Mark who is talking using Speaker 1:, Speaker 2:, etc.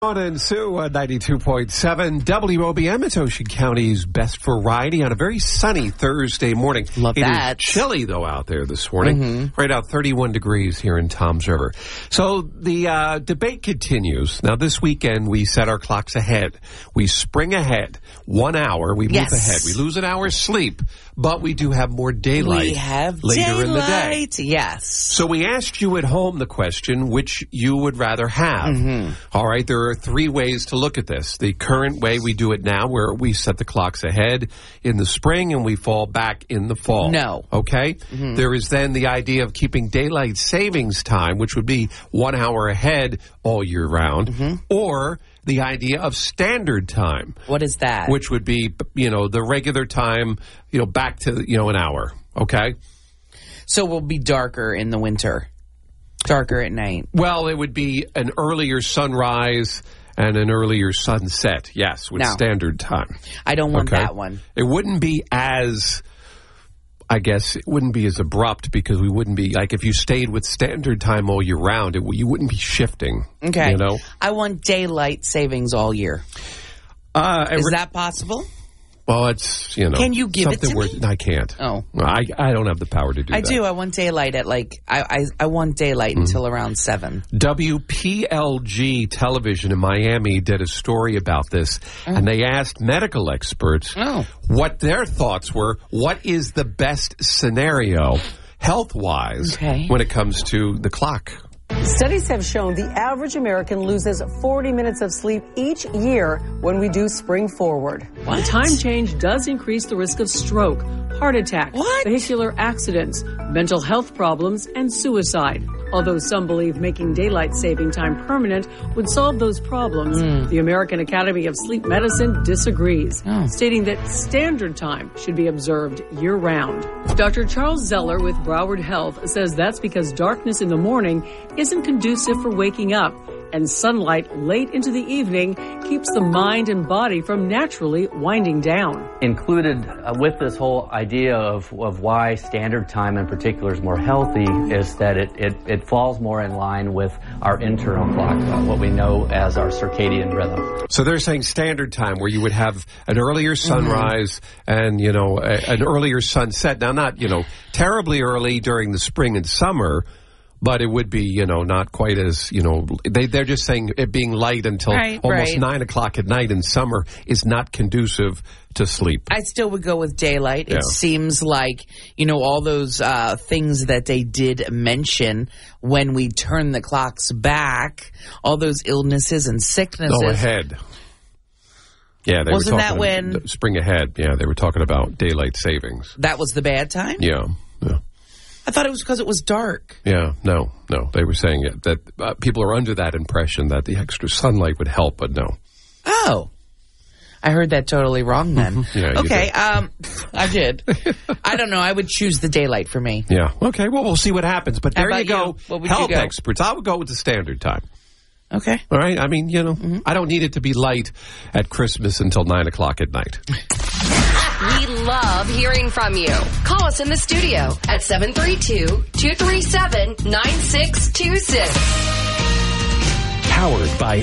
Speaker 1: Dawn and Sue uh, on 92.7 WOBM. It's Ocean County's best variety on a very sunny Thursday morning.
Speaker 2: Love
Speaker 1: It is
Speaker 2: that. Mm-hmm.
Speaker 1: chilly, though, out there this morning. Right out 31 degrees here in Tom's River. So the uh, debate continues. Now, this weekend, we set our clocks ahead. We spring ahead one hour. We
Speaker 2: Yes.
Speaker 1: move ahead. We lose an hour's sleep, but we do have more daylight
Speaker 2: We have
Speaker 1: later
Speaker 2: daylight.
Speaker 1: in the day.
Speaker 2: Yes.
Speaker 1: So we asked you at home the question which you would rather have. All right, there are three ways to look at this. The current way we do it now, where we set the clocks ahead in the spring and we fall back in the fall.
Speaker 2: No.
Speaker 1: Okay? There is then the idea of keeping daylight savings time, which would be one hour ahead all year round, or the idea of standard time,
Speaker 2: What is that?
Speaker 1: which would be, you know, the regular time, you know, back to, you know, an hour. Okay?
Speaker 2: so we'll be darker in the winter, darker at night.
Speaker 1: Well, it would be an earlier sunrise and an earlier sunset. Yes, with
Speaker 2: No.
Speaker 1: standard time.
Speaker 2: I don't want
Speaker 1: Okay.
Speaker 2: that one.
Speaker 1: It wouldn't be as I guess it wouldn't be as abrupt because we wouldn't be like if you stayed with standard time all year round, it, you wouldn't be shifting.
Speaker 2: Okay.
Speaker 1: you know.
Speaker 2: I want daylight savings all year.
Speaker 1: Uh,
Speaker 2: Is that possible?
Speaker 1: well, it's you know.
Speaker 2: Can you give it
Speaker 1: something
Speaker 2: to
Speaker 1: worth- I can't.
Speaker 2: Oh.
Speaker 1: I I don't have the power to do
Speaker 2: I
Speaker 1: that.
Speaker 2: do. I want daylight at like I I, I want daylight
Speaker 1: Mm-hmm.
Speaker 2: until around seven.
Speaker 1: WPLG television in Miami did a story about this, and they asked medical experts
Speaker 2: Mm. Oh.
Speaker 1: what their thoughts were. What is the best scenario, health wise,
Speaker 2: Okay.
Speaker 1: when it comes to the clock?
Speaker 3: Studies have shown the average American loses 40 minutes of sleep each year when we do spring forward.
Speaker 2: What?
Speaker 4: Time change does increase the risk of stroke, heart attack,
Speaker 2: What?
Speaker 4: vehicular accidents, mental health problems, and suicide. Although some believe making daylight saving time permanent would solve those problems, the American Academy of Sleep Medicine disagrees, stating that standard time should be observed year round. Dr. Charles Zeller with Broward Health says that's because darkness in the morning isn't conducive for waking up and sunlight late into the evening keeps the mind and body from naturally winding down.
Speaker 5: included uh, with this whole idea of, of why standard time in particular is more healthy is that it, it, it falls more in line with our internal clock, uh, what we know as our circadian rhythm.
Speaker 1: So they're saying standard time, where you would have an earlier
Speaker 2: Mm-hmm.
Speaker 1: sunrise and you know a, an earlier sunset. Now, not you know terribly early during the spring and summer. But it would be, you know, not quite as, you know, they, they're just saying it being light until
Speaker 2: Right,
Speaker 1: almost
Speaker 2: right.
Speaker 1: nine o'clock at night in summer is not conducive to sleep.
Speaker 2: I still would go with daylight.
Speaker 1: Yeah.
Speaker 2: It seems like, you know, all those uh, things that they did mention when we turn the clocks back, all those illnesses and sicknesses.
Speaker 1: Oh, ahead. Yeah, they
Speaker 2: Wasn't
Speaker 1: were
Speaker 2: that
Speaker 1: talking
Speaker 2: when-
Speaker 1: spring ahead. Yeah, they were talking about daylight savings.
Speaker 2: That was the bad time?
Speaker 1: Yeah, yeah,
Speaker 2: I thought it was because it was dark.
Speaker 1: yeah. No, no, they were saying it, that uh, people are under that impression that the extra sunlight would help, but no.
Speaker 2: Oh. I heard that totally wrong then.
Speaker 1: Yeah, you
Speaker 2: okay,
Speaker 1: did.
Speaker 2: um I did. I don't know. I would choose the daylight for me.
Speaker 1: Yeah. Okay. Well, we'll see what happens. But
Speaker 2: How
Speaker 1: there you
Speaker 2: about
Speaker 1: go.
Speaker 2: you? What would you
Speaker 1: Health
Speaker 2: go?
Speaker 1: experts. I would go with the standard time.
Speaker 2: Okay.
Speaker 1: All right. I mean, you know,
Speaker 2: Mm-hmm.
Speaker 1: I don't need it to be light at Christmas until nine o'clock at night.
Speaker 6: We love hearing from you. Call us in the studio at 732-237-9626.
Speaker 7: Powered by